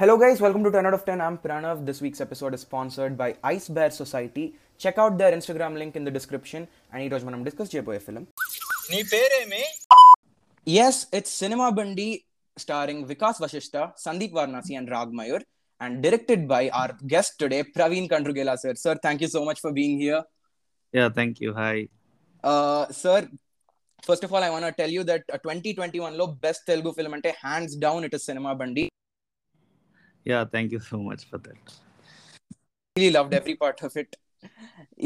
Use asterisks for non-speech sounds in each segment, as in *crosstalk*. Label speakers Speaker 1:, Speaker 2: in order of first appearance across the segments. Speaker 1: Hello, guys, welcome to 10 out of 10. I'm Pranav. This week's episode is sponsored by Ice Bear Society. Check out their Instagram link in the description. And ఈరోజు మనం discuss చేయబోయే film
Speaker 2: నీ పేరేమి
Speaker 1: yes it's Cinema Bandi starring Vikas Vasishta Sandeep Varanasi and Raag Mayur and directed by our guest today Praveen Kandregula sir sir thank you so much for being here
Speaker 3: Yeah, thank you. Hi.
Speaker 1: Sir first of all I want tell you that twenty twenty one లో best Telugu film అంటే hands down it is Cinema Bandi
Speaker 3: Yeah, thank you so much for that.
Speaker 1: really loved every part of it.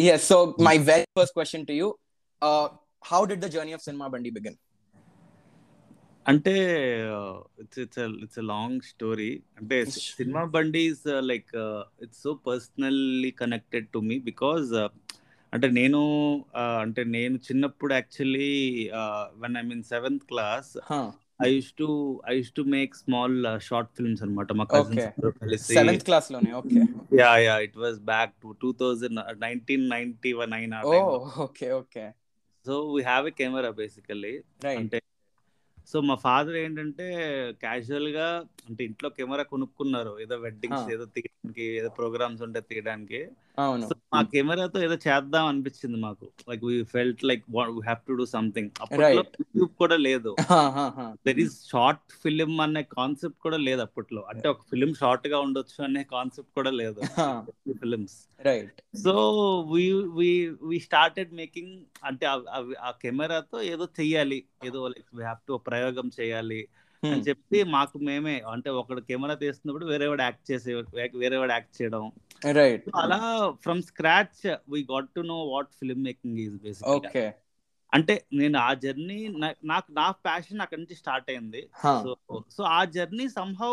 Speaker 1: Yes. So my very first question to you: uh, How did the journey of Cinema Bandi begin?
Speaker 3: అంటే uh, it's it's it's long story అంటే
Speaker 1: Yes.
Speaker 3: Cinema Bandi uh, is like it's so personally connected to me because uh, అంటే నేను uh, అంటే నేను చిన్నప్పుడు uh, actually when I mean seventh class
Speaker 1: Huh.
Speaker 3: I use to I use to make small short films అనమాట మా
Speaker 1: Okay.
Speaker 3: Cousins కలిసి
Speaker 1: Seventh class, lone. Okay.
Speaker 3: Yeah yeah it was back to two thousand nineteen ninety one nine
Speaker 1: Oh, okay, okay.
Speaker 3: So we have a camera basically
Speaker 1: Right.
Speaker 3: అంటే so మా father ఏంటంటే casual గా అంటే ఇంట్లో camera కొనుక్కున్నారు ఏదో weddings
Speaker 1: ఆ.
Speaker 3: ఏదో తీయడానికి ఏదో ప్రోగ్రామ్స్ ఉంటే తీయడానికి
Speaker 1: Oh no.
Speaker 3: సో మా కెమెరాతో ఏదో చేద్దాం అనిపించింది మాకు like we felt like we have to do something అప్పట్లో
Speaker 1: Right.
Speaker 3: యూట్యూబ్ కూడా లేదు
Speaker 1: *laughs* Huh, huh, huh.
Speaker 3: There is short film అనే కాన్సెప్ట్ కూడా లేదు అప్పట్లో అంటే ఒక ఫిలిం షార్ట్ గా ఉండొచ్చు అనే కాన్సెప్ట్ కూడా
Speaker 1: *laughs*
Speaker 3: లేదు
Speaker 1: ఆ.
Speaker 3: Films
Speaker 1: Right.
Speaker 3: So we we we started making అంటే ఆ- ఆ- ఆ కెమెరాతో ఏదో చెయ్యాలి ఏదో లైక్ వి హ్యావ్ టు ప్రయోగం చేయాలి
Speaker 1: Hmm.
Speaker 3: అని చెప్పి మాకు మేమే అంటే ఒకడు కెమెరా తీస్తున్నప్పుడు వేరేవాడు యాక్ట్ చేసే వేరేవాడు యాక్ట్ చేయడం
Speaker 1: Right.
Speaker 3: So అలా from scratch we got to know what film making is basic
Speaker 1: Okay.
Speaker 3: అంటే నేను ఆ జర్నీ నాకు నా ప్యాషన్ అక్కడి నుంచి స్టార్ట్ అయింది
Speaker 1: Huh.
Speaker 3: సో సో ఆ జర్నీ సంహౌ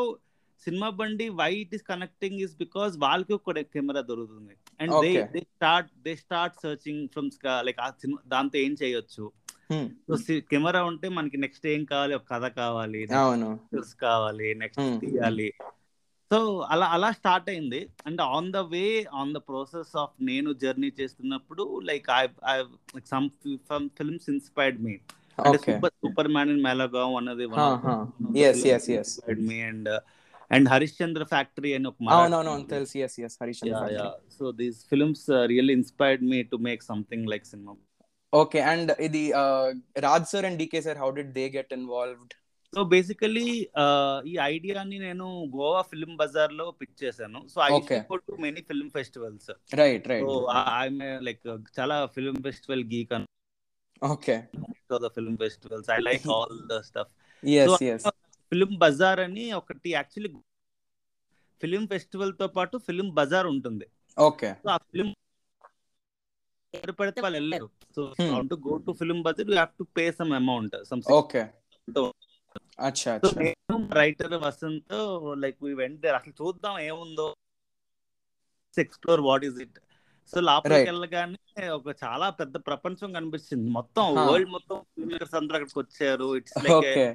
Speaker 3: సినిమా బండి why it is connecting is because వాళ్ళకి ఒక కెమెరా దొరుకుతుంది and they
Speaker 1: Okay.
Speaker 3: They start they start searching from like ఆ సినిమా దాంతో ఏం చేయొచ్చు
Speaker 1: Hmm.
Speaker 3: సో కెమెరా ఉంటే మనకి నెక్స్ట్ ఏం కావాలి ఒక కథ కావాలి
Speaker 1: Oh no.
Speaker 3: పిక్చర్స్ కావాలి నెక్స్ట్
Speaker 1: Hmm.
Speaker 3: తీయాలి సో అలా అలా స్టార్ట్ అయింది and on the way on the process of నేను జర్నీ చేస్తున్నప్పుడు like I I some films inspired me అంటే
Speaker 1: Okay.
Speaker 3: Super super man in Malegaon అన్నది
Speaker 1: Huh, huh. Yes, yes, yes.
Speaker 3: Me and and Harishchandra factory అని ఒక
Speaker 1: Oh no, no. Tells yes, yes. Harishchandra.
Speaker 3: So these films really inspired me to make something like cinema
Speaker 1: Okay. And the uh, Raj sir and DK sir, how did they get involved?
Speaker 3: So basically uh, ఈ ఐడియాని నేను Goa film bazaar లో pick చేశాను so I
Speaker 1: Okay.
Speaker 3: Go to many film festivals
Speaker 1: Right. Right.
Speaker 3: So I'm like చాలా film festival geek and uh,
Speaker 1: Okay.
Speaker 3: The film festivals I like all the stuff
Speaker 1: Yes.
Speaker 3: So, uh,
Speaker 1: yes.
Speaker 3: Film bazaar అని ఒకటి actually film festival తో పాటు film bazaar ఉంటుంది
Speaker 1: Okay.
Speaker 3: So ఆ film ఎవరు పడితే వాళ్ళు వెళ్ళారు so
Speaker 1: Hmm.
Speaker 3: To go to film bazaar you have to pay some amount some
Speaker 1: okay అచ్చా
Speaker 3: సో
Speaker 1: అచ్చా
Speaker 3: నేను writer Vasanth like we went అసలు చూద్దాం ఏముందో explore what is it so లోపలికి
Speaker 1: Right.
Speaker 3: వెళ్ళగానే ఒక చాలా పెద్ద ప్రపంచం కనిపించింది మొత్తం
Speaker 1: Huh.
Speaker 3: వరల్డ్ మొత్తం filmmakers అందరూ అక్కడికి వచ్చారు it's like
Speaker 1: okay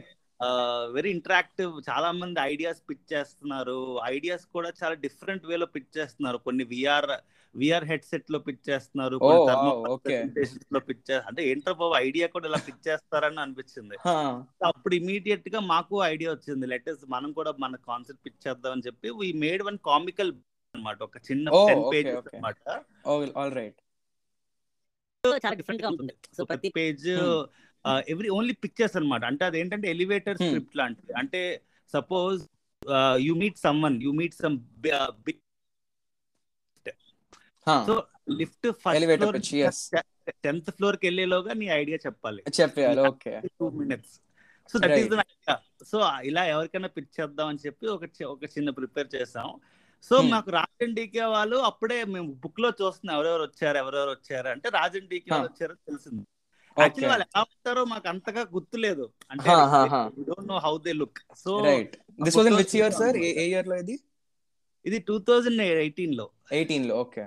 Speaker 3: very interactive చాలా మంది ఐడియాస్ పిచ్ చేస్తున్నారు ఐడియాస్ కూడా చాలా డిఫరెంట్ వేలో పిచ్ చేస్తున్నారు కొన్ని విఆర్ విఆర్ హెడ్సెట్ లో పిచ్ చేస్తున్నారు కొన్ని
Speaker 1: Oh, wow,
Speaker 3: thermocol
Speaker 1: okay.
Speaker 3: presentations లో పిచ్ చేస్తారు అంటే ఏంటో బాబు ఐడియా కూడా ఇలా పిచ్ చేస్తారని అనిపించింది
Speaker 1: హా,
Speaker 3: సో అప్పుడు ఇమీడియట్ గా మాకు ఐడియా వచ్చింది లెటర్స్ మనం కూడా మన కాన్సెప్ట్ పిచ్ చేద్దాం అని చెప్పి వి మేడ్ వన్ కామికల్ అన్నమాట ఒక చిన్న
Speaker 1: Oh,
Speaker 3: ten
Speaker 1: okay,
Speaker 3: pages
Speaker 1: okay.
Speaker 3: అన్నమాట
Speaker 1: ఆల్ ఆల్ రైట్
Speaker 4: చాలా డిఫరెంట్ గా ఉంటుంది సో
Speaker 3: ఒక
Speaker 4: ప్రతి
Speaker 3: page
Speaker 1: Hmm.
Speaker 3: Every only pictures అన్నమాట అంటే అది ఏంటంటే ఎలివేటర్
Speaker 1: Hmm.
Speaker 3: స్క్రిప్ట్ లాంటిది అంటే suppose you meet someone you meet some big
Speaker 1: హా,
Speaker 3: So, lift first
Speaker 1: Elevator
Speaker 3: floor
Speaker 1: pitch, yes.
Speaker 3: Tenth floor కి వెళ్ళేలోగా నీ ఐడియా చెప్పాలి
Speaker 1: చెప్పేయాలి okay
Speaker 3: two minutes so that is
Speaker 1: Right.
Speaker 3: Idea so ఇలా ఎవరికైనా పిచ్ చేద్దాం అని చెప్పి ఒక చి- ఒక చిన్న ప్రిపేర్ చేసాం సో
Speaker 1: Hmm.
Speaker 3: మాకు రాజన్ డీకే వాళ్ళు అప్పుడే మేము బుక్ లో చూస్తున్నాం ఎవరెవరు వచ్చారు ఎవరెవరు వచ్చారు అంటే రాజన్ డీకే వాళ్ళు
Speaker 1: Huh.
Speaker 3: వచ్చారో తెలిసింది
Speaker 1: ఓకే
Speaker 3: యాక్చువల్లీ వాళ్ళు ఎలా ఉంటారో మాకు అంతగా గుర్తులేదు అంటే
Speaker 1: Huh, huh, huh.
Speaker 3: Don't know how they look so
Speaker 1: right this was in which year sir ఏ ఇయర్ లో ఇది
Speaker 3: ఇది టూ థౌజండ్ ఎయిటీన్ లో
Speaker 1: 18 లో ఓకే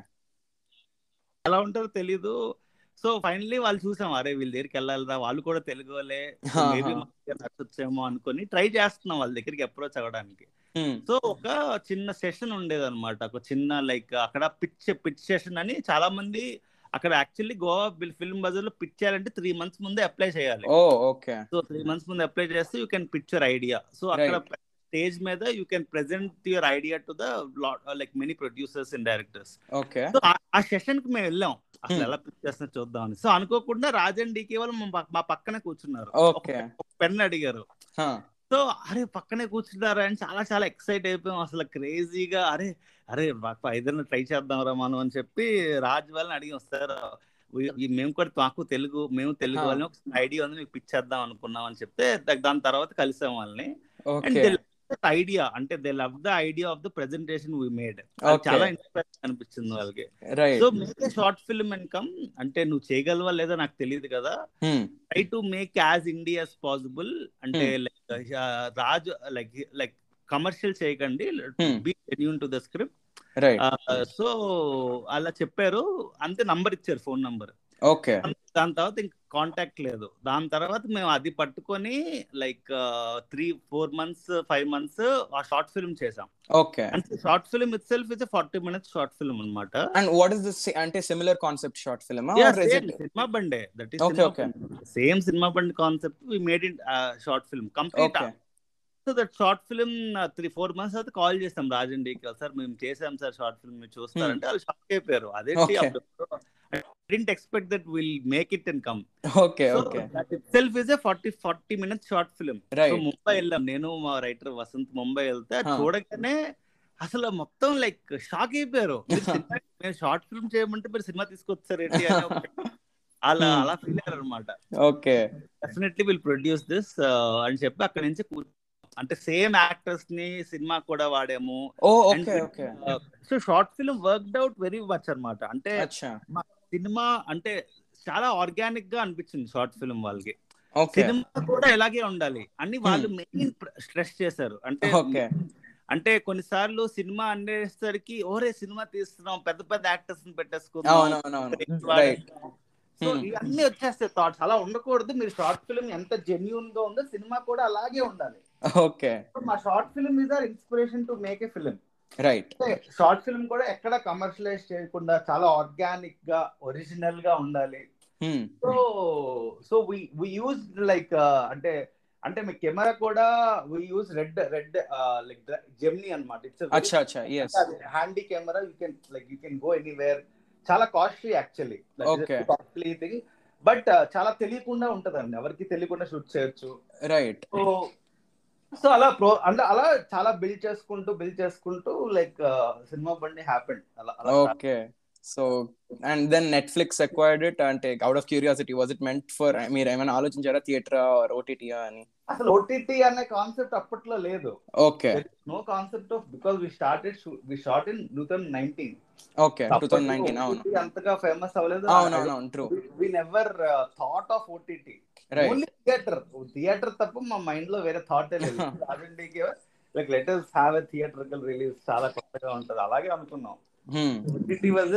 Speaker 3: ఎలా ఉంటారో తెలీదు సో ఫైనలీ వాళ్ళు చూసాం అరే వీళ్ళ దగ్గరికి వెళ్ళాలిరా వాళ్ళు కూడా తెలుగు వాళ్ళే
Speaker 1: Huh,
Speaker 3: మేబీ
Speaker 1: huh.
Speaker 3: నచ్చొచ్చేమో అనుకొని ట్రై చేస్తున్నాం వాళ్ళ దగ్గరికి అప్రోచ్ అవ్వడానికి
Speaker 1: Hmm.
Speaker 3: సో ఒక చిన్న సెషన్ ఉండేది అనమాట ఒక చిన్న లైక్ అక్కడ పిచ్ పిచ్ సెషన్ అని చాలా మంది అక్కడ యాక్చువల్లీ గోవా ఫిల్మ్ బజార్ లో పిచ్ చేయాలంటే త్రీ మంత్స్ ముందే అప్లై చేయాలి
Speaker 1: ఓ ఓకే
Speaker 3: సో త్రీ మంత్స్ ముందు అప్లై చేస్తే you can picture idea so అక్కడ స్టేజ్ మీద you can present your idea to the like many producers and directors
Speaker 1: okay
Speaker 3: so ఆ- ఆ సెషన్ కి మేము వెళ్ళాం అసలు ఎలా పిక్ చేస్తున్నా చూద్దాం అని సో అనుకోకుండా రాజన్ డీకే వాళ్ళు మా పక్క- మా పక్కన కూర్చున్నారు
Speaker 1: ఓకే
Speaker 3: పెన్ అడిగారు సో అరే పక్కనే కూర్చుంటారా అని చాలా చాలా ఎక్సైట్ అయిపోయాం అసలు క్రేజీగా అరే అరే మాకు ఏదైనా ట్రై చేద్దాంరా మనం అని చెప్పి రాజ్ వాళ్ళని అడిగాం సార్ ఈ- ఈ మేము కూడా మాకు తెలుగు మేము తెలుగు
Speaker 1: ఆ.
Speaker 3: వాళ్ళని ఒక ఐడియా ఉంది మీకు పిచ్చేద్దాం అనుకున్నాం అని చెప్తే దా- దాని తర్వాత కలిసాం వాళ్ళని అండ్
Speaker 1: ఓకే
Speaker 3: దే ఐడియా అంటే they love the idea of the presentation we made
Speaker 1: Okay.
Speaker 3: uh, చాలా ఇంట్రెస్ట్ అనిపించింది వాళ్ళకి
Speaker 1: right
Speaker 3: so make short film income అంటే నువ్వు చేయగలవా లేదో నాకు తెలియదు కదా
Speaker 1: Hmm.
Speaker 3: Try to make as India as possible అంటే like Raju like like commercial చేయకండి
Speaker 1: Hmm.
Speaker 3: Be genuine to the script uh,
Speaker 1: right
Speaker 3: so అలా చెప్పారు అంతే నంబర్ ఇచ్చారు ఫోన్ నంబర్
Speaker 1: ఓకే
Speaker 3: దాని తర్వాత ఇంక కాంటాక్ట్ లేదు దాని తర్వాత మేము అది పట్టుకొని like three four months five months ఆ షార్ట్ ఫిల్మ్ చేసాం
Speaker 1: ఓకే
Speaker 3: అంటే short film itself is forty minutes short film అనమాట
Speaker 1: అండ్ వాట్ ఇస్ దిస్ అంటే similar concept short film
Speaker 3: Cinema బండే that
Speaker 1: Oh, Okay, okay.
Speaker 3: Is same Cinema Bandi concept we made in short film complete
Speaker 1: okay
Speaker 3: so that short film three four months తర్వాత call చేస్తాం రాజన్ డీకి sir మేము చేసాం sir short film మీరు చూస్తారంటే వాళ్ళు షాక్ అయిపోయారు అదేంటి
Speaker 1: Hmm. Okay.
Speaker 3: Didn't expect that will make it and come
Speaker 1: okay okay
Speaker 3: self is a forty forty minutes short film
Speaker 1: *laughs*
Speaker 3: so
Speaker 1: right
Speaker 3: Mumbai వెళ్ళాం నేను మా రైటర్ వసంత్ ముంబై వెళ్తే అది
Speaker 1: Huh.
Speaker 3: చూడగానే అసలు మొత్తం లైక్ షాక్ అయిపోయారు మీరు సినిమా- మేము షార్ట్ ఫిల్మ్ చేయమంటే మీరు సినిమా తీసుకొచ్చారు ఏంటి అని
Speaker 1: *laughs*
Speaker 3: ఒక- అలా
Speaker 1: Hmm.
Speaker 3: అలా ఫీల్ అయ్యారు అనమాట
Speaker 1: okay
Speaker 3: definitely will produce this uh, అని చెప్పి అక్కడి నుంచి కూ- అంటే సేమ్ యాక్టర్స్ ని సినిమా కూడా వాడాము uh,
Speaker 1: ఓ okay okay
Speaker 3: so short film worked out very much అన్నమాట అంటే
Speaker 1: అచ్చా
Speaker 3: సినిమా అంటే చాలా ఆర్గానిక్ గా అనిపించింది షార్ట్ ఫిల్మ్ వాళ్ళకి
Speaker 1: ఓకే
Speaker 3: సినిమా కూడా ఇలాగే ఉండాలి అని వాళ్ళు మెయిన్ స్ట్రెస్ చేశారు అంటే
Speaker 1: Hmm. Okay.
Speaker 3: అంటే కొన్నిసార్లు సినిమా అనేసరికి ఓరే సినిమా తీస్తున్నాం పెద్ద పెద్ద యాక్టర్స్ ని
Speaker 1: అవును
Speaker 3: పెట్టేసుకుందాం
Speaker 1: అవును అవును
Speaker 3: Great వాడే.
Speaker 1: Right
Speaker 3: so
Speaker 1: Hmm.
Speaker 3: ఇవన్నీ వచ్చేస్తాయి థాట్స్ అలా ఉండకూడదు మీరు షార్ట్ ఫిల్మ్ ఎంత జెన్యున్ గా ఉందో సినిమా కూడా అలాగే ఉండాలి
Speaker 1: ఓకే
Speaker 3: So, మా short film is our inspiration to make a film
Speaker 1: right
Speaker 3: short film కూడా ఎక్కడ కమర్షియలైజ్ చేయకుండా చాలా ఆర్గానిక్ గా ఒరిజినల్ గా ఉండాలి
Speaker 1: Hmm.
Speaker 3: So so we we use like uh, అంటే అంటే మీ కెమెరా కూడా we use red red like Gemini అనమాట ఇట్స్
Speaker 1: అచ్చా అచ్చా is
Speaker 3: handy camera you can like you can go anywhere చాలా costly actually
Speaker 1: Okay.
Speaker 3: Costly thing but uh, చాలా తెలియకుండా ఉంటదండి ఎవరికి తెలియకుండా షూట్ చేయొచ్చు
Speaker 1: రైట్
Speaker 3: సో సో అలా ప్రో అంటే అలా చాలా బిల్డ్ చేసుకుంటూ బిల్డ్ చేసుకుంటూ లైక్ సినిమా బండి హ్యాపెన్ అలా అలా
Speaker 1: okay so and then Netflix acquired it అంటే out of curiosity was it meant for మీరు ఏమైనా ఆలోచించారా థియేటరా ఆర్ ఓటీటీయా అని
Speaker 3: అసలు ఓటీటీ అనే కాన్సెప్ట్ అప్పట్లో లేదు
Speaker 1: okay
Speaker 3: no concept of because we started we short in two thousand nineteen
Speaker 1: okay two thousand nineteen అవును
Speaker 3: అంతగా ఫేమస్ అవ్వలేదు
Speaker 1: అవునవునవును true
Speaker 3: we never thought of OTT
Speaker 1: right
Speaker 3: only theatre theatre తప్ప మా మైండ్ లో వేరే థాట్ లేదు like letters have a theatrical release చాలా కొత్తగా ఉంటది అలాగే అనుకున్నాం
Speaker 1: Hmm.
Speaker 3: OTT was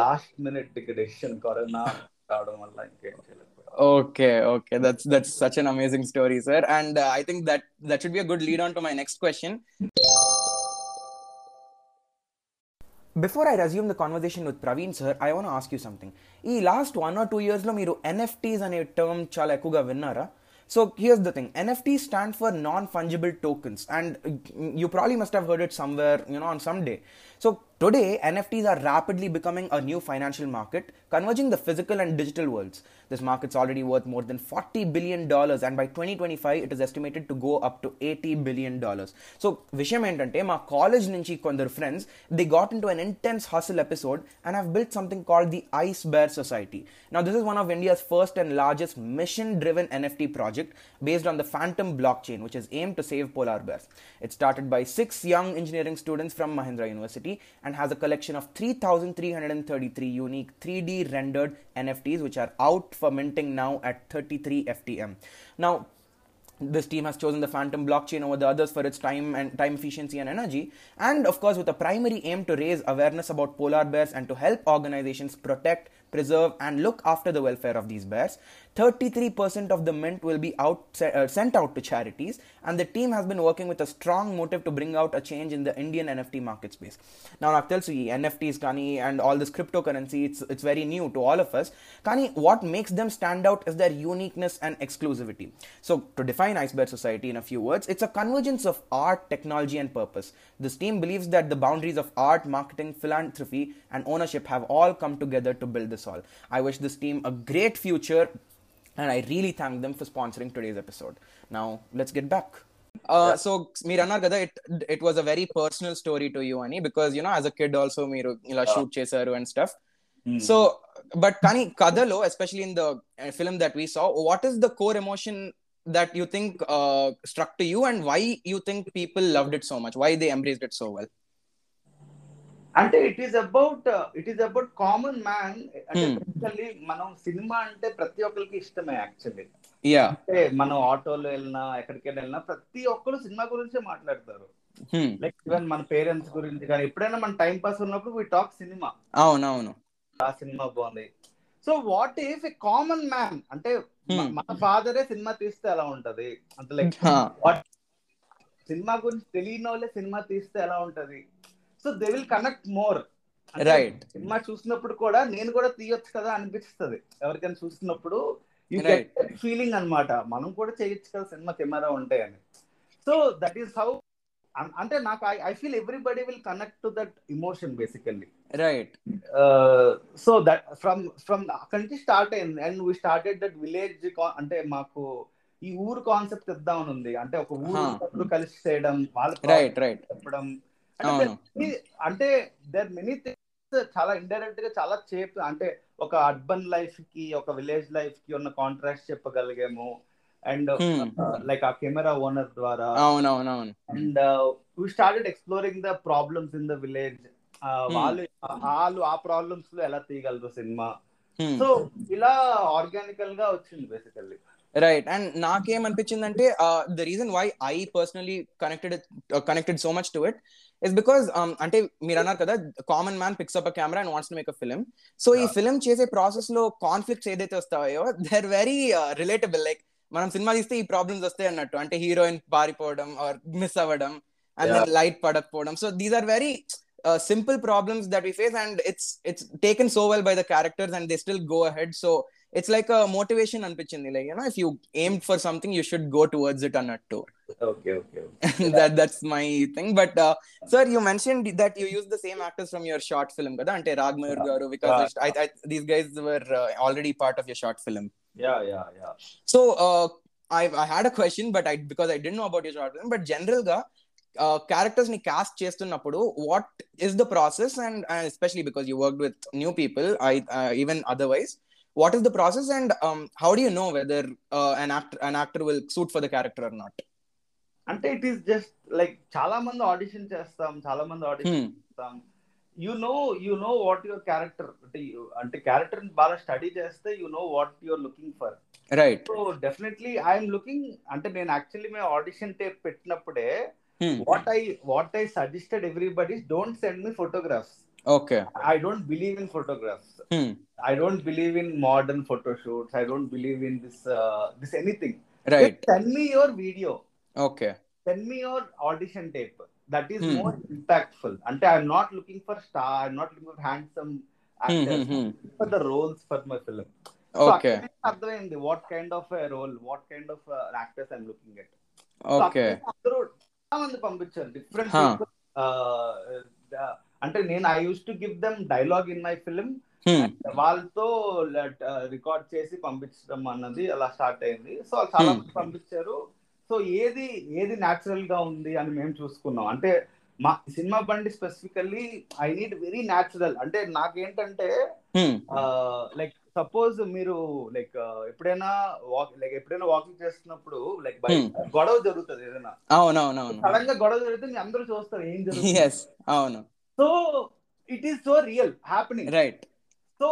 Speaker 3: last minute decision corona రావడం వల్ల ఇంకేం చేయలేదు
Speaker 1: okay okay that's that's such an amazing story sir and I think that that should be good lead on to my next question before I resume the conversation with Praveen sir I want ask you something ఈ last one or two ఇయర్స్లో మీరు NFTs అనే term చాలా ఎక్కువగా విన్నారా so here's the thing NFT stand for non fungible tokens and you probably must have heard it somewhere you know on some day so today NFTs are rapidly becoming a new financial market converging the physical and digital worlds. This market's already worth more than $40 billion, and by 2025, it is estimated to go up to $80 billion. So, విషయం ఏంటంటే మా college నుంచి కొందరు friends they got into an intense hustle episode and have built something called the ice bear society నా this is one of India's first and largest mission driven NFT project based on the phantom blockchain which is aim to save polar bears It's started by six young engineering students from Mahindra University and has a collection of 3,333 unique 3D rendered NFTs, which are out for minting now at 33 FTM. Now, this team has chosen the Phantom blockchain over the others for its time and time efficiency and energy, and of course, with a primary aim to raise awareness about polar bears and to help organizations protect preserve, and look after the welfare of these bears. 33% of the mint will be out, se- uh, sent out to charities, and the team has been working with a strong motive to bring out a change in the Indian NFT market space. Now, నాకు తెలుసు ఈ NFTs కానీ and all this cryptocurrency it's it's very new to all of us కానీ what makes them stand out is their uniqueness and exclusivity so to define ice bear society in a few words it's a convergence of art technology and purpose this team believes that the boundaries of art marketing philanthropy and ownership have all come together to build this all I wish this team a great future and I really thank them for sponsoring today's episode now let's get back so మీరు అన్నారు కదా it it was a very personal story to you అని because you know as a kid also మీరు ఇలా షూట్ చేశారు and stuff so but కానీ కథలో especially in the film that we saw what is the core emotion that you think struck to you and why you think people loved it so much why they embraced it so well
Speaker 3: అంటే it is about it is about common man అంటే
Speaker 1: Hmm.
Speaker 3: basically మనం cinema అంటే ప్రతి ఒక్కరికి ఇష్టమే actually
Speaker 1: yeah
Speaker 3: అంటే మనం ఆటోలో వెళ్ళినా ఎక్కడికైనా వెళ్ళినా ప్రతి ఒక్కరు సినిమా గురించే మాట్లాడతారు
Speaker 1: Hmm.
Speaker 3: లైక్ ఈవెన్ మన పేరెంట్స్ గురించి కానీ ఎప్పుడైనా మన టైం పాస్ ఉన్నప్పుడు వి టాక్ సినిమా
Speaker 1: అవునవును
Speaker 3: ఆ సినిమా బాగుంది so what if a common man అంటే మ-
Speaker 1: Hmm.
Speaker 3: మన ఫాదరే సినిమా తీస్తే ఎలా ఉంటది అంటే లైక్
Speaker 1: *laughs*
Speaker 3: *laughs* సినిమా గురించి తెలియని వాళ్ళే సినిమా తీస్తే ఎలా ఉంటది so they will connect more
Speaker 1: right
Speaker 3: cinema చూసినప్పుడు కూడా నేను కూడా తీయొచ్చు కదా అనిపిస్తుంది ఎవరికైనా చూసినప్పుడు యూ
Speaker 1: Right.
Speaker 3: ఫీలింగ్ అన్నమాట మనం కూడా చేయొచ్చు కదా సినిమా కెమెరా ఉంటాయి అని సో దట్ ఈస్ హౌ అంటే నాకు I feel everybody will connect to that emotion basically
Speaker 1: right
Speaker 3: so that from from అక్కడి నుంచి స్టార్ట్ అయింది and we started that village అంటే మాకు ఈ ఊరు కాన్సెప్ట్ ఇద్దామని ఉంది అంటే ఒక ఊరు
Speaker 1: Huh.
Speaker 3: ఉన్నప్పుడు కలిసి చేయడం వాళ్ళ
Speaker 1: రైట్ రైట్
Speaker 3: చెప్పడం
Speaker 1: అవును
Speaker 3: అంటే దర్ మెనీ థింగ్స్ చాలా ఇండైరెక్ట్ గా చాలా చేప్ అంటే ఒక అర్బన్ లైఫ్ కి ఒక విలేజ్ లైఫ్ కి ఉన్న కాంట్రాస్ట్ చెప్పగలిగాము అండ్
Speaker 1: Hmm.
Speaker 3: లైక్ ఆ కెమెరా ఓనర్ ద్వారా
Speaker 1: అవునవునవును
Speaker 3: and uh, we started exploring the problems in the village Uh,
Speaker 1: Hmm.
Speaker 3: వాళ్ళు వాళ్ళు ఆ ప్రాబ్లమ్స్ లో ఎలా తీయగలరు సినిమా
Speaker 1: Hmm.
Speaker 3: సో ఇలా ఆర్గానికల్ గా వచ్చింది బేసికల్లీ
Speaker 1: రైట్ అండ్ నాకేమనిపించిందంటే the reason why I personally connected connected so much to it is because um, అంటే మీరు అన్నారు కదా common man picks up a camera and wants to make a film so ఈ
Speaker 3: Yeah.
Speaker 1: Film చేసే process లో conflicts ఏదైతే వస్తాయో they are very relatable like మనం సినిమా తీస్తే ఈ ప్రాబ్లమ్స్ వస్తాయి అన్నట్టు అంటే హీరోయిన్ పారిపోవడం ఆర్ మిస్ అవ్వడం అండ్ దెన్ లైట్ పడకపోవడం so these are very simple problems that we face and it's it's taken so well by the characters and they still go ahead so it's like motivation అనిపించింది like you know if you aim for something you should go towards it అన్నట్టు
Speaker 3: okay okay
Speaker 1: that that's my thing but uh, sir you mentioned that you used the same actors from your short film kada ante ragmayur garu because
Speaker 3: Yeah.
Speaker 1: I, I, these guys were uh, already part of your short film
Speaker 3: yeah yeah yeah
Speaker 1: so uh, I, I had a question but i because i didn't know about your short film but general ga uh, characters ni cast చేస్తున్నప్పుడు what is the process and uh, especially because you worked with new people i uh, even otherwise what is the process and um, how do you know whether uh, an actor an actor will suit for the character or not
Speaker 3: అంటే it is just like చాలా మంది audition చేస్తాం చాలా మంది audition
Speaker 1: Hmm.
Speaker 3: చేస్తాం you know you know what your character అంటే you- అంటే character బాగా స్టడీ చేస్తే you know what your looking for
Speaker 1: right
Speaker 3: so definitely I'm looking అంటే నేను యాక్చువల్లీ మేము ఆడిషన్ టేప్ పెట్టినప్పుడే
Speaker 1: Hmm.
Speaker 3: What I what I suggested everybody don't send me photographs
Speaker 1: okay
Speaker 3: I don't believe in photographs
Speaker 1: Hmm.
Speaker 3: I don't believe in modern photo shoots I don't believe in this this anything
Speaker 1: right
Speaker 3: send me your video
Speaker 1: okay
Speaker 3: send me your audition tape that is
Speaker 1: Hmm.
Speaker 3: More impactful అంటే I'm not looking for star I'm not looking for handsome
Speaker 1: Hmm, hmm, hmm.
Speaker 3: For the roles for my film
Speaker 1: okay
Speaker 3: అర్థమైంది what kind of role what kind of actors I'm looking at
Speaker 1: okay
Speaker 3: అందరూ చాలా మంది పంపించారు different
Speaker 1: Huh.
Speaker 3: uh, అంటే నేను I use to give them dialogue in my film
Speaker 1: Hmm.
Speaker 3: వాళ్ళతో record చేసి పంపించడం అన్నది అలా స్టార్ట్ అయింది సో చాలా
Speaker 1: Hmm.
Speaker 3: మంది పంపించారు సో ఏది ఏది న్యాచురల్ గా ఉంది అని మేము చూసుకున్నాం అంటే మా Cinema Bandi specifically I need very natural అంటే నాకేంటంటే
Speaker 1: Hmm.
Speaker 3: లైక్ సపోజ్ మీరు లైక్ ఎప్పుడైనా వాక్ లైక్ ఎప్పుడైనా వాకింగ్ చేస్తున్నప్పుడు లైక్ బయట గొడవ జరుగుతుంది ఏదైనా
Speaker 1: Oh, అవునవునవును
Speaker 3: సడన్ గా గొడవ జరిగితే మీ అందరూ చూస్తారు ఏం జరుగుతుంది
Speaker 1: ఎస్ అవును
Speaker 3: so it is so real happening
Speaker 1: right
Speaker 3: so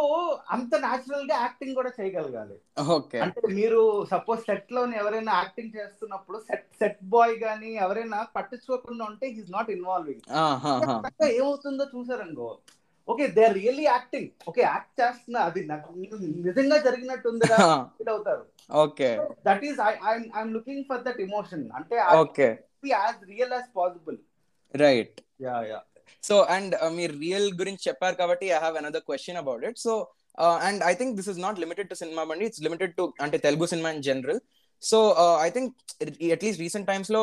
Speaker 3: అంత న్యాచురల్ గా యాక్టింగ్ కూడా చేయగలగాలి
Speaker 1: ఓకే
Speaker 3: అంటే మీరు సపోజ్ సెట్ లోని ఎవరైనా యాక్టింగ్ చేస్తున్నప్పుడు సెట్ సెట్ బాయ్ గానీ
Speaker 1: Uh-huh. *laughs*
Speaker 3: ఎవరైనా పట్టించుకోకుండా ఉంటే హీస్ నాట్ ఇన్వాల్వింగ్ ఏమవుతుందో చూసారనుకో okay they are really acting okay act చేస్తున్నా అది నాకు నిజంగా జరిగినట్టుంది
Speaker 1: Uh-huh.
Speaker 3: ఫీల్ అవుతారు
Speaker 1: okay
Speaker 3: that is I'm looking for that emotion అంటే
Speaker 1: okay
Speaker 3: as real as possible
Speaker 1: right
Speaker 3: yeah yeah
Speaker 1: so and మీరు రియల్ uh, గురించి చెప్పారు కాబట్టి I have another question about it so and I think this is not limited to Cinema Bandi it's limited to అంటే Telugu cinema in general so I think at least recent times లో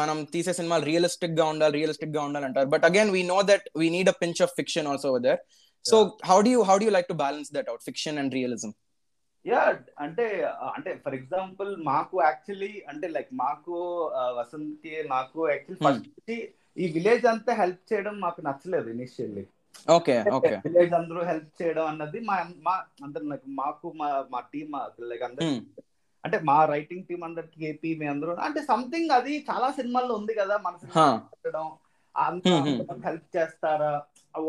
Speaker 1: మనం తీసే సినిమాలు realistic గా ఉండాలి రియలిస్టిక్ గా ఉండాలి అంటారు but again we know that we need a pinch of fiction also there so how do how do like to balance that out fiction and realism
Speaker 3: yeah అంటే అంటే ఫర్ ఎగ్జాంపుల్ మాకు actually అంటే like మాకు ఆ, వసంత్కి నాకు actually
Speaker 1: Hmm.
Speaker 3: First ఈ village అంతా హెల్ప్ చేయడం మాకు నచ్చలేదు ఇనిషియల్లీ
Speaker 1: ఓకే
Speaker 3: *laughs*
Speaker 1: ఓకే
Speaker 3: విలేజ్ అందరూ హెల్ప్ చేయడం అన్నది మా మా అందరం like మాకు మా మా టీం లైక్ అందరు
Speaker 1: Hmm.
Speaker 3: అంటే మా రైటింగ్ టీం అందరికి ఏపీ మీ అందరూ అంటే సంథింగ్ అది చాలా సినిమాల్లో ఉంది కదా మన సినిమా పెట్టడం అంత
Speaker 1: Hmm, hmm.
Speaker 3: హెల్ప్ చేస్తారా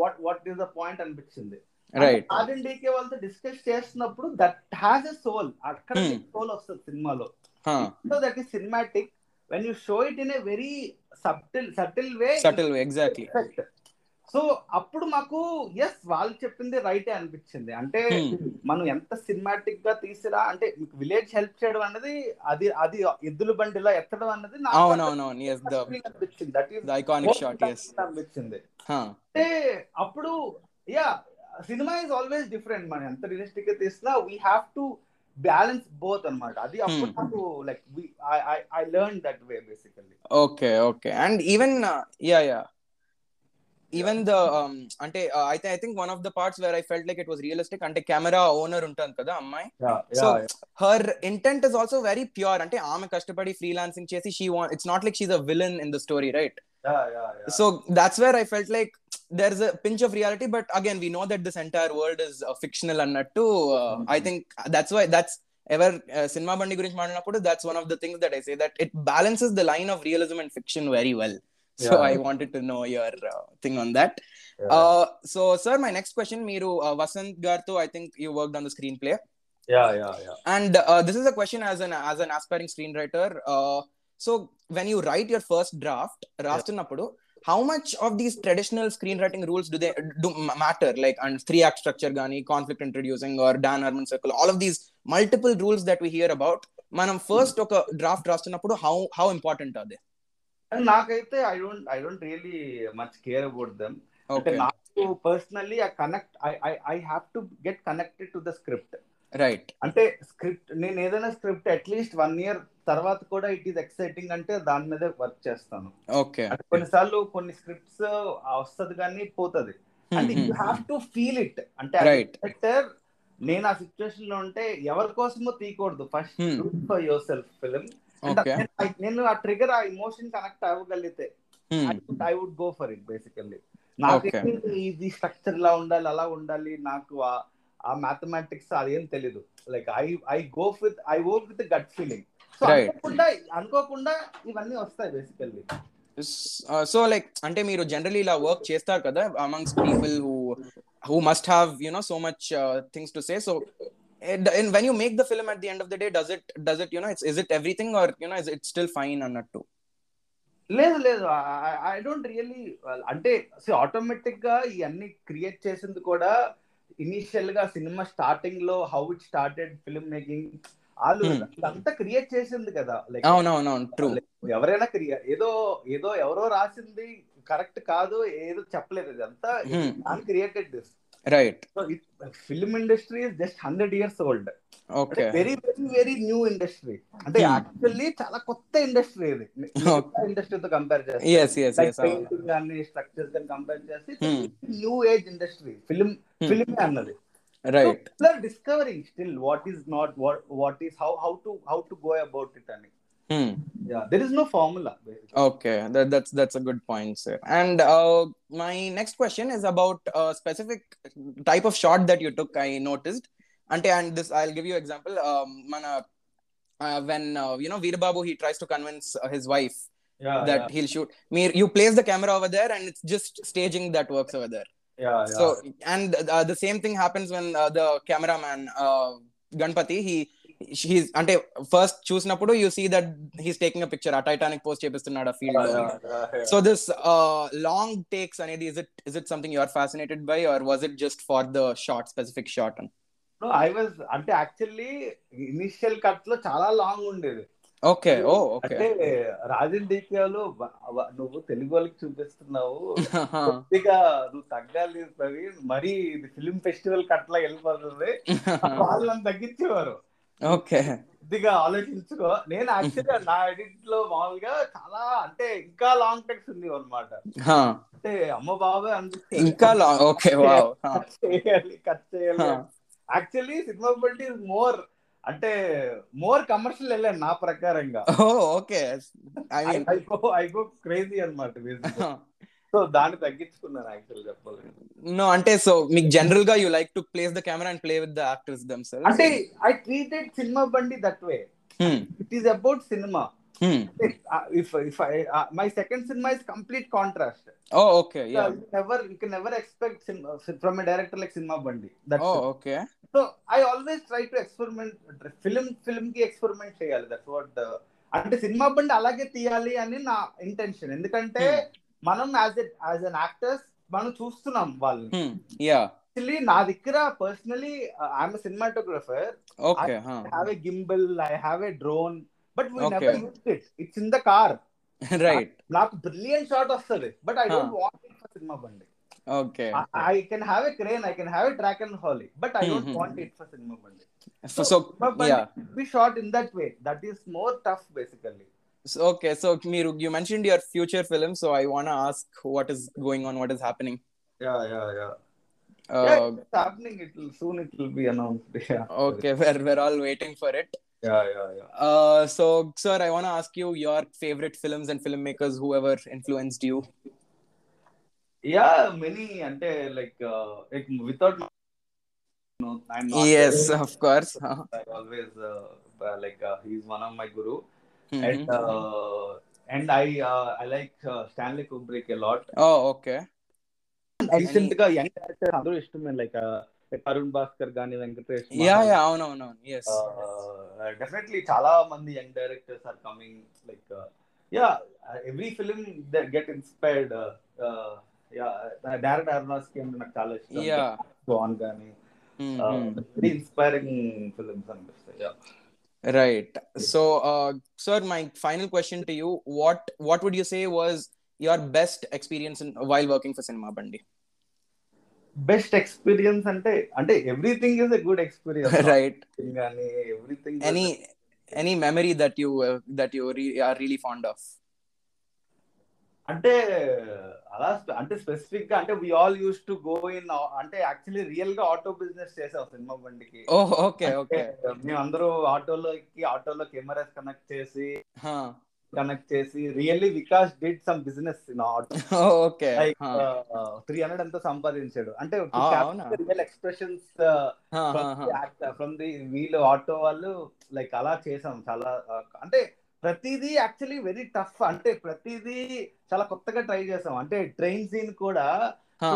Speaker 3: what what is the point అనిపించింది
Speaker 1: రైట్
Speaker 3: ఆర్ఎండికే వాళ్ళతో డిస్కస్ చేస్తున్నప్పుడు దట్ హ్యాస్ ఎ సోల్ అక్కడ
Speaker 1: Hmm.
Speaker 3: సోల్ వస్తుంది సినిమాలో so that is cinematic when you show it in a very subtle subtle way
Speaker 1: subtle exactly
Speaker 3: *laughs* so అప్పుడు మాకు ఎస్ వాళ్ళు చెప్పింది రైటే అనిపించింది అంటే
Speaker 1: Hmm.
Speaker 3: మనం ఎంత సినిమాటిక్ గా తీసిరా అంటే మీకు విలేజ్ హెల్ప్ చేయడం అనేది అది అది ఎద్దుల బండిలా ఎత్తడం అన్నది
Speaker 1: Oh,
Speaker 3: నాకు
Speaker 1: అవునవునవును ఎస్ ద
Speaker 3: feeling అనిపించింది that is
Speaker 1: iconic shot yes
Speaker 3: అనిపించింది అంటే అప్పుడు yeah cinema is always different మనం ఎంత రియలిస్టిక్ గా తీసినా we have to balance both అన్నమాట అది అప్పుడు
Speaker 1: Hmm.
Speaker 3: నాకు like I learn that way basically
Speaker 1: okay okay and even yeah yeah even the um, అంటే uh, అయితే I think one of the parts where I felt like it was realistic అంటే camera owner ఉంటుంది కదా అమ్మాయి So, her intent is also very pure అంటే ఆమె కష్టపడి freelancing చేసి she want it's not like she's a villain in the story right so that's where I felt like there is a pinch of reality but again we know that this entire world is fictional అన్నట్టు I think that's why that's ever Cinema Bandi గురించి మాట్లాడినప్పుడు that's one of the things that I say that it balances the line of realism and fiction very well so
Speaker 3: Yeah.
Speaker 1: I wanted to know your thing on that uh, so sir my next question మీరు uh, Vasanth గారితో I think you work on the screenplay and uh, this is a question as an as an aspiring screenwriter uh, so when you write your first draft rastunnappudu how much of these traditional screenwriting rules do they do m- matter like and three act structure gani conflict introducing or dan harmon circle all of these multiple rules that we hear about మనం first ఒక draft రాస్తున్నప్పుడు how how important అది
Speaker 3: నాకైతే I don't I don't really much care about them అంటే
Speaker 1: okay
Speaker 3: నాకు personally I connect I I have to get connected to the script
Speaker 1: right
Speaker 3: అంటే script నేను ఏదైనా స్క్రిప్ట్ అట్లీస్ట్ వన్ ఇయర్ తర్వాత కూడా it is exciting అంటే దాని మీదే వర్క్ చేస్తాను
Speaker 1: ఓకే
Speaker 3: అంటే కొన్నిసార్లు కొన్ని స్క్రిప్ట్స్ వస్తుంది కానీ పోతుంది అంటే you
Speaker 1: Hmm,
Speaker 3: have to feel it అంటే
Speaker 1: రైట్
Speaker 3: డైరెక్టర్ నేను ఆ సిచ్యువేషన్ లో ఉంటే ఎవరి కోసమో తీయకూడదు first
Speaker 1: Hmm.
Speaker 3: For yourself film
Speaker 1: okay
Speaker 3: uh, నేను ఆ ట్రిగర్ ఆ ఇమోషన్ కనెక్ట్ అవ్వగలిగితే
Speaker 1: Hmm.
Speaker 3: I would go for it basically నాకు
Speaker 1: Okay.
Speaker 3: ఏంటి ఇది స్ట్రక్చర్ ఇలా ఉండాలి అలా ఉండాలి నాకు ఆ- ఆ మ్యాథమెటిక్స్ అదేం తెలీదు like I I go with I work with gut feeling so
Speaker 1: Right.
Speaker 3: అనుకోకుండా అనుకోకుండా ఇవన్నీ వస్తాయి బేసికల్లీ
Speaker 1: సో లైక్ uh, అంటే మీరు జనరలీ ఇలా వర్క్ చేస్తారు కదా amongst people who who must have you know so much things to say so when you make the film at the end of the day does it does it you know it's is it everything or you know is it still fine అన్నట్టు
Speaker 3: లేదు లేదు I don't really అంటే automatic గా ఇవన్నీ create చేసింది కూడా initial గా cinema starting లో how it started film making వాళ్ళు
Speaker 1: Hmm.
Speaker 3: అంతా క్రియేట్ చేసింది కదా లైక్
Speaker 1: అవునవునవును ట్రూ
Speaker 3: ఎవరైనా క్రియా ఏదో ఏదో ఎవరో రాసింది కరెక్ట్ కాదు ఏదో చెప్పలేదు ఇదంతా
Speaker 1: Hmm.
Speaker 3: Created this
Speaker 1: right
Speaker 3: so film industry is just hundred years old
Speaker 1: okay
Speaker 3: very very very new industry అంటే
Speaker 1: Hmm.
Speaker 3: యాక్చువల్లీ చాలా కొత్త ఇండస్ట్రీ ఇది *laughs*
Speaker 1: Okay.
Speaker 3: ఇండస్ట్రీతో కంపేర్ చేస్తే
Speaker 1: ఎస్ ఎస్ ఎస్
Speaker 3: పెయింటింగ్ కానీ స్ట్రక్చర్స్ కానీ కంపేర్ చేస్తే
Speaker 1: Hmm.
Speaker 3: New age industry film
Speaker 1: Hmm.
Speaker 3: Film అన్నది
Speaker 1: right
Speaker 3: discovering still what is not what is how how to how to go about it అని
Speaker 1: Hmm.
Speaker 3: There is no formula
Speaker 1: Okay, that, that's that's a good point, sir. And uh, my next question is about a specific type of shot that you took. I noticed, and and this I'll give you example. Um, mana, uh, when uh, you know Veerababu, he tries to convince uh, his wife
Speaker 3: Ah,
Speaker 1: that he'll shoot. Meer, you place the camera over there, and it's just staging that works over there.
Speaker 3: Ah,
Speaker 1: So and uh, the same thing happens when uh, the cameraman uh, Ganpati he he's అంటే first చూసినప్పుడు you see that he's taking a picture ఆ Titanic post చేపిస్తున్నాడు ఆ
Speaker 3: Ah,
Speaker 1: field so this long takes అనేది is it is it something you are fascinated by or was it just for the shot specific shot అని
Speaker 3: I was అంటే actually initial cut లో చాలా long ఉండేది
Speaker 1: okay oh okay
Speaker 3: అంటే రాజన్ డీకేలు నువ్వు తెలుగు వాళ్ళకి చూపిస్తున్నావు కొద్దిగా నువ్వు తగ్గాలి ప్రవీణ్ మరి ఇది ఫిల్మ్ ఫెస్టివల్ కట్లా వెళ్ళిపోతుంది
Speaker 1: *laughs*
Speaker 3: వాళ్ళని తగ్గించేవారు
Speaker 1: ఓకే
Speaker 3: కొద్దిగా ఆలోచించుకో నేను యాక్చువల్గా నా ఎడిట్ లో మామూలుగా చాలా అంటే ఇంకా లాంగ్ టెక్స్ ఉంది అనమాట అంటే అమ్మ బాబాయ్ అనిపిస్తుంది
Speaker 1: ఇంకా
Speaker 3: *laughs*
Speaker 1: లాంగ్ ఓకే వావ్
Speaker 3: కట్ చేయాలి కట్ చేయాలి
Speaker 1: Huh.
Speaker 3: యాక్చువల్లీ సినిమా బట్టి మోర్ అంటే మోర్ కమర్షియల్ వెళ్ళాను నా ప్రకారంగా
Speaker 1: oh okay I *laughs* mean
Speaker 3: I go I go crazy అనమాట సో దాన్ని తగ్గించుకున్నాను యాక్చువల్ చెప్పాలి
Speaker 1: నో అంటే సో మీకు జనరల్ గా you like to place the camera and play with the actors them
Speaker 3: అంటే I treated Cinema Bandi that way
Speaker 1: Hmm.
Speaker 3: It is about cinema if if my second cinema is complete contrast
Speaker 1: oh okay yeah
Speaker 3: never you can never expect cinema from director like Cinema Bandi that
Speaker 1: oh okay
Speaker 3: so I always try to experiment film film కి experiment చేయాలి that's what అంటే సినిమా బండి అలాగే తీయాలి అని నా intention ఎందుకంటే
Speaker 1: Hmm.
Speaker 3: మనం as as an actors మనం చూస్తున్నాం వాళ్ళని
Speaker 1: Hmm. యా
Speaker 3: యాక్చువల్లీ నా దగ్గర uh, personally I'm cinematographer
Speaker 1: okay
Speaker 3: have a gimbal I have a drone but we
Speaker 1: Okay.
Speaker 3: Never use it it's in the car
Speaker 1: *laughs* right
Speaker 3: నాకు brilliant shot వస్తుంది but I don't
Speaker 1: Huh.
Speaker 3: Want it for Cinema Bandi
Speaker 1: okay
Speaker 3: I can have a crane I can have a track and holly but I don't
Speaker 1: Hmm, hmm.
Speaker 3: Want it for Cinema Bandi
Speaker 1: so
Speaker 3: Cinema
Speaker 1: yeah
Speaker 3: Bandi be shot in that way that is more tough basically
Speaker 1: okay so మీరు you mention your future film so I want ask what is going on what is happening
Speaker 3: yeah yeah yeah
Speaker 1: Uh,
Speaker 3: happening it will soon it will be *laughs* announced yeah
Speaker 1: *laughs* okay we're we're all waiting for it
Speaker 3: yeah yeah yeah
Speaker 1: so sir I want ask you your favourite films and film makers who ever influenced you
Speaker 3: yeah many అంటే uh, like like without
Speaker 1: yes of
Speaker 3: *laughs*
Speaker 1: course
Speaker 3: I always uh, uh, like uh, he's one of my guru,
Speaker 1: Mm-hmm.
Speaker 3: and uh, and I uh, I like uh, Stanley Kubrick a lot.
Speaker 1: Oh okay
Speaker 3: Recent గా young actors అందరూ ఇష్టమే like uh, like Arun Bhaskar గాని Venkatesh
Speaker 1: yeah yeah అవునవునవును yes
Speaker 3: Uh, definitely చాలా మంది young directors are coming like yeah every film get inspired uh, yeah direct అరుణాస్కి uh, అంటే నాకు చాలా
Speaker 1: యా
Speaker 3: ఇష్టం స్వాన్ కానీ uh,
Speaker 1: Mm-hmm.
Speaker 3: Very inspiring films అనిపిస్తాయి Yeah.
Speaker 1: Right. So, uh, sir, my final question to you: What what would you say was your best experience in, while working for Cinema Bandi?
Speaker 3: Best experience అంటే అంటే everything is a good experience
Speaker 1: *laughs* right.
Speaker 3: కానీ everything
Speaker 1: Any any memory that you uh, that you re- are really fond of?
Speaker 3: అంటే అలా స్పె- అంటే specific గా అంటే we all use to go in అంటే యాక్చువల్లీ రియల్ గా ఆటో బిజినెస్ చేసాం సినిమా బండికి
Speaker 1: Oh, okay, okay.
Speaker 3: మేము అందరూ ఆటోలోకి ఆటోలో కెమెరాస్ కనెక్ట్ చేసి
Speaker 1: Huh. *laughs*
Speaker 3: కనెక్ట్ చేసి really Vikas did some business in auto
Speaker 1: Oh, okay.
Speaker 3: Like
Speaker 1: Huh.
Speaker 3: Three hundred ఎంతో సంపాదించాడు అంటే
Speaker 1: ఆ, అవునా?
Speaker 3: Real expressions
Speaker 1: Huh, huh, huh.
Speaker 3: From the వీళ్ళు ఆటో వాళ్ళు లైక్ అలా చేసాం చాలా uh, అంటే ప్రతిదీ యాక్చువల్లీ వెరీ టఫ్ అంటే ప్రతిదీ చాలా కొత్తగా ట్రై చేసాం అంటే ట్రైన్ సీన్ కూడా
Speaker 1: Huh.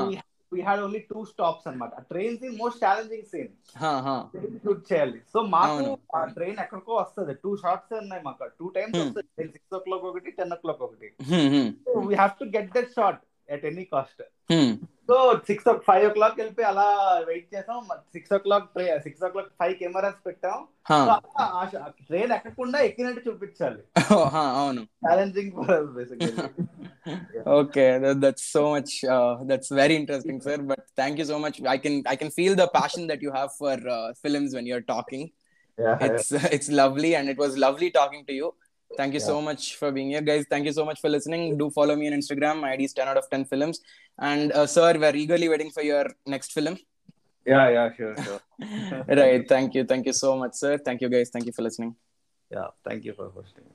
Speaker 3: We had only two stops అనమాట train scene most challenging scene
Speaker 1: Huh, huh.
Speaker 3: Shoot చేయాలి సో మాకు
Speaker 1: అవును.
Speaker 3: ఆ ట్రైన్ ఎక్కడికో వస్తుంది టూ షార్ట్స్ ఉన్నాయి మాకు టూ టైమ్స్
Speaker 1: Hmm.
Speaker 3: వస్తుంది సిక్స్ ఓ క్లాక్ ఒకటి టెన్ ఓ క్లాక్ ఒకటి
Speaker 1: Hmm, hmm,
Speaker 3: we have to get that shot at any cost
Speaker 1: hmm.
Speaker 3: So six five o'clock వెళ్ళిపోయి అలా వెయిట్ చేసాం six o'clock six o'clock five cameras పెట్టాం so
Speaker 1: Huh.
Speaker 3: అలా ఆ ష- train ఎక్కకుండా ఎక్కినట్టు చూపించాలి
Speaker 1: *laughs* Oh, huh. అవును.
Speaker 3: Challenging ఫర్
Speaker 1: okay that, that's so much uh, that's very interesting sir but thank you so much i can i can feel the passion that you have for uh, films when you're talking *laughs* it's it's lovely and it was lovely talking to you thank you so much for being here guys thank you so much for listening do follow me on instagram my id is 10 out of 10 films and uh, sir we're eagerly waiting for your next film
Speaker 3: yeah yeah sure sure
Speaker 1: right thank you thank you so much sir thank you guys thank you for listening
Speaker 3: yeah thank you for hosting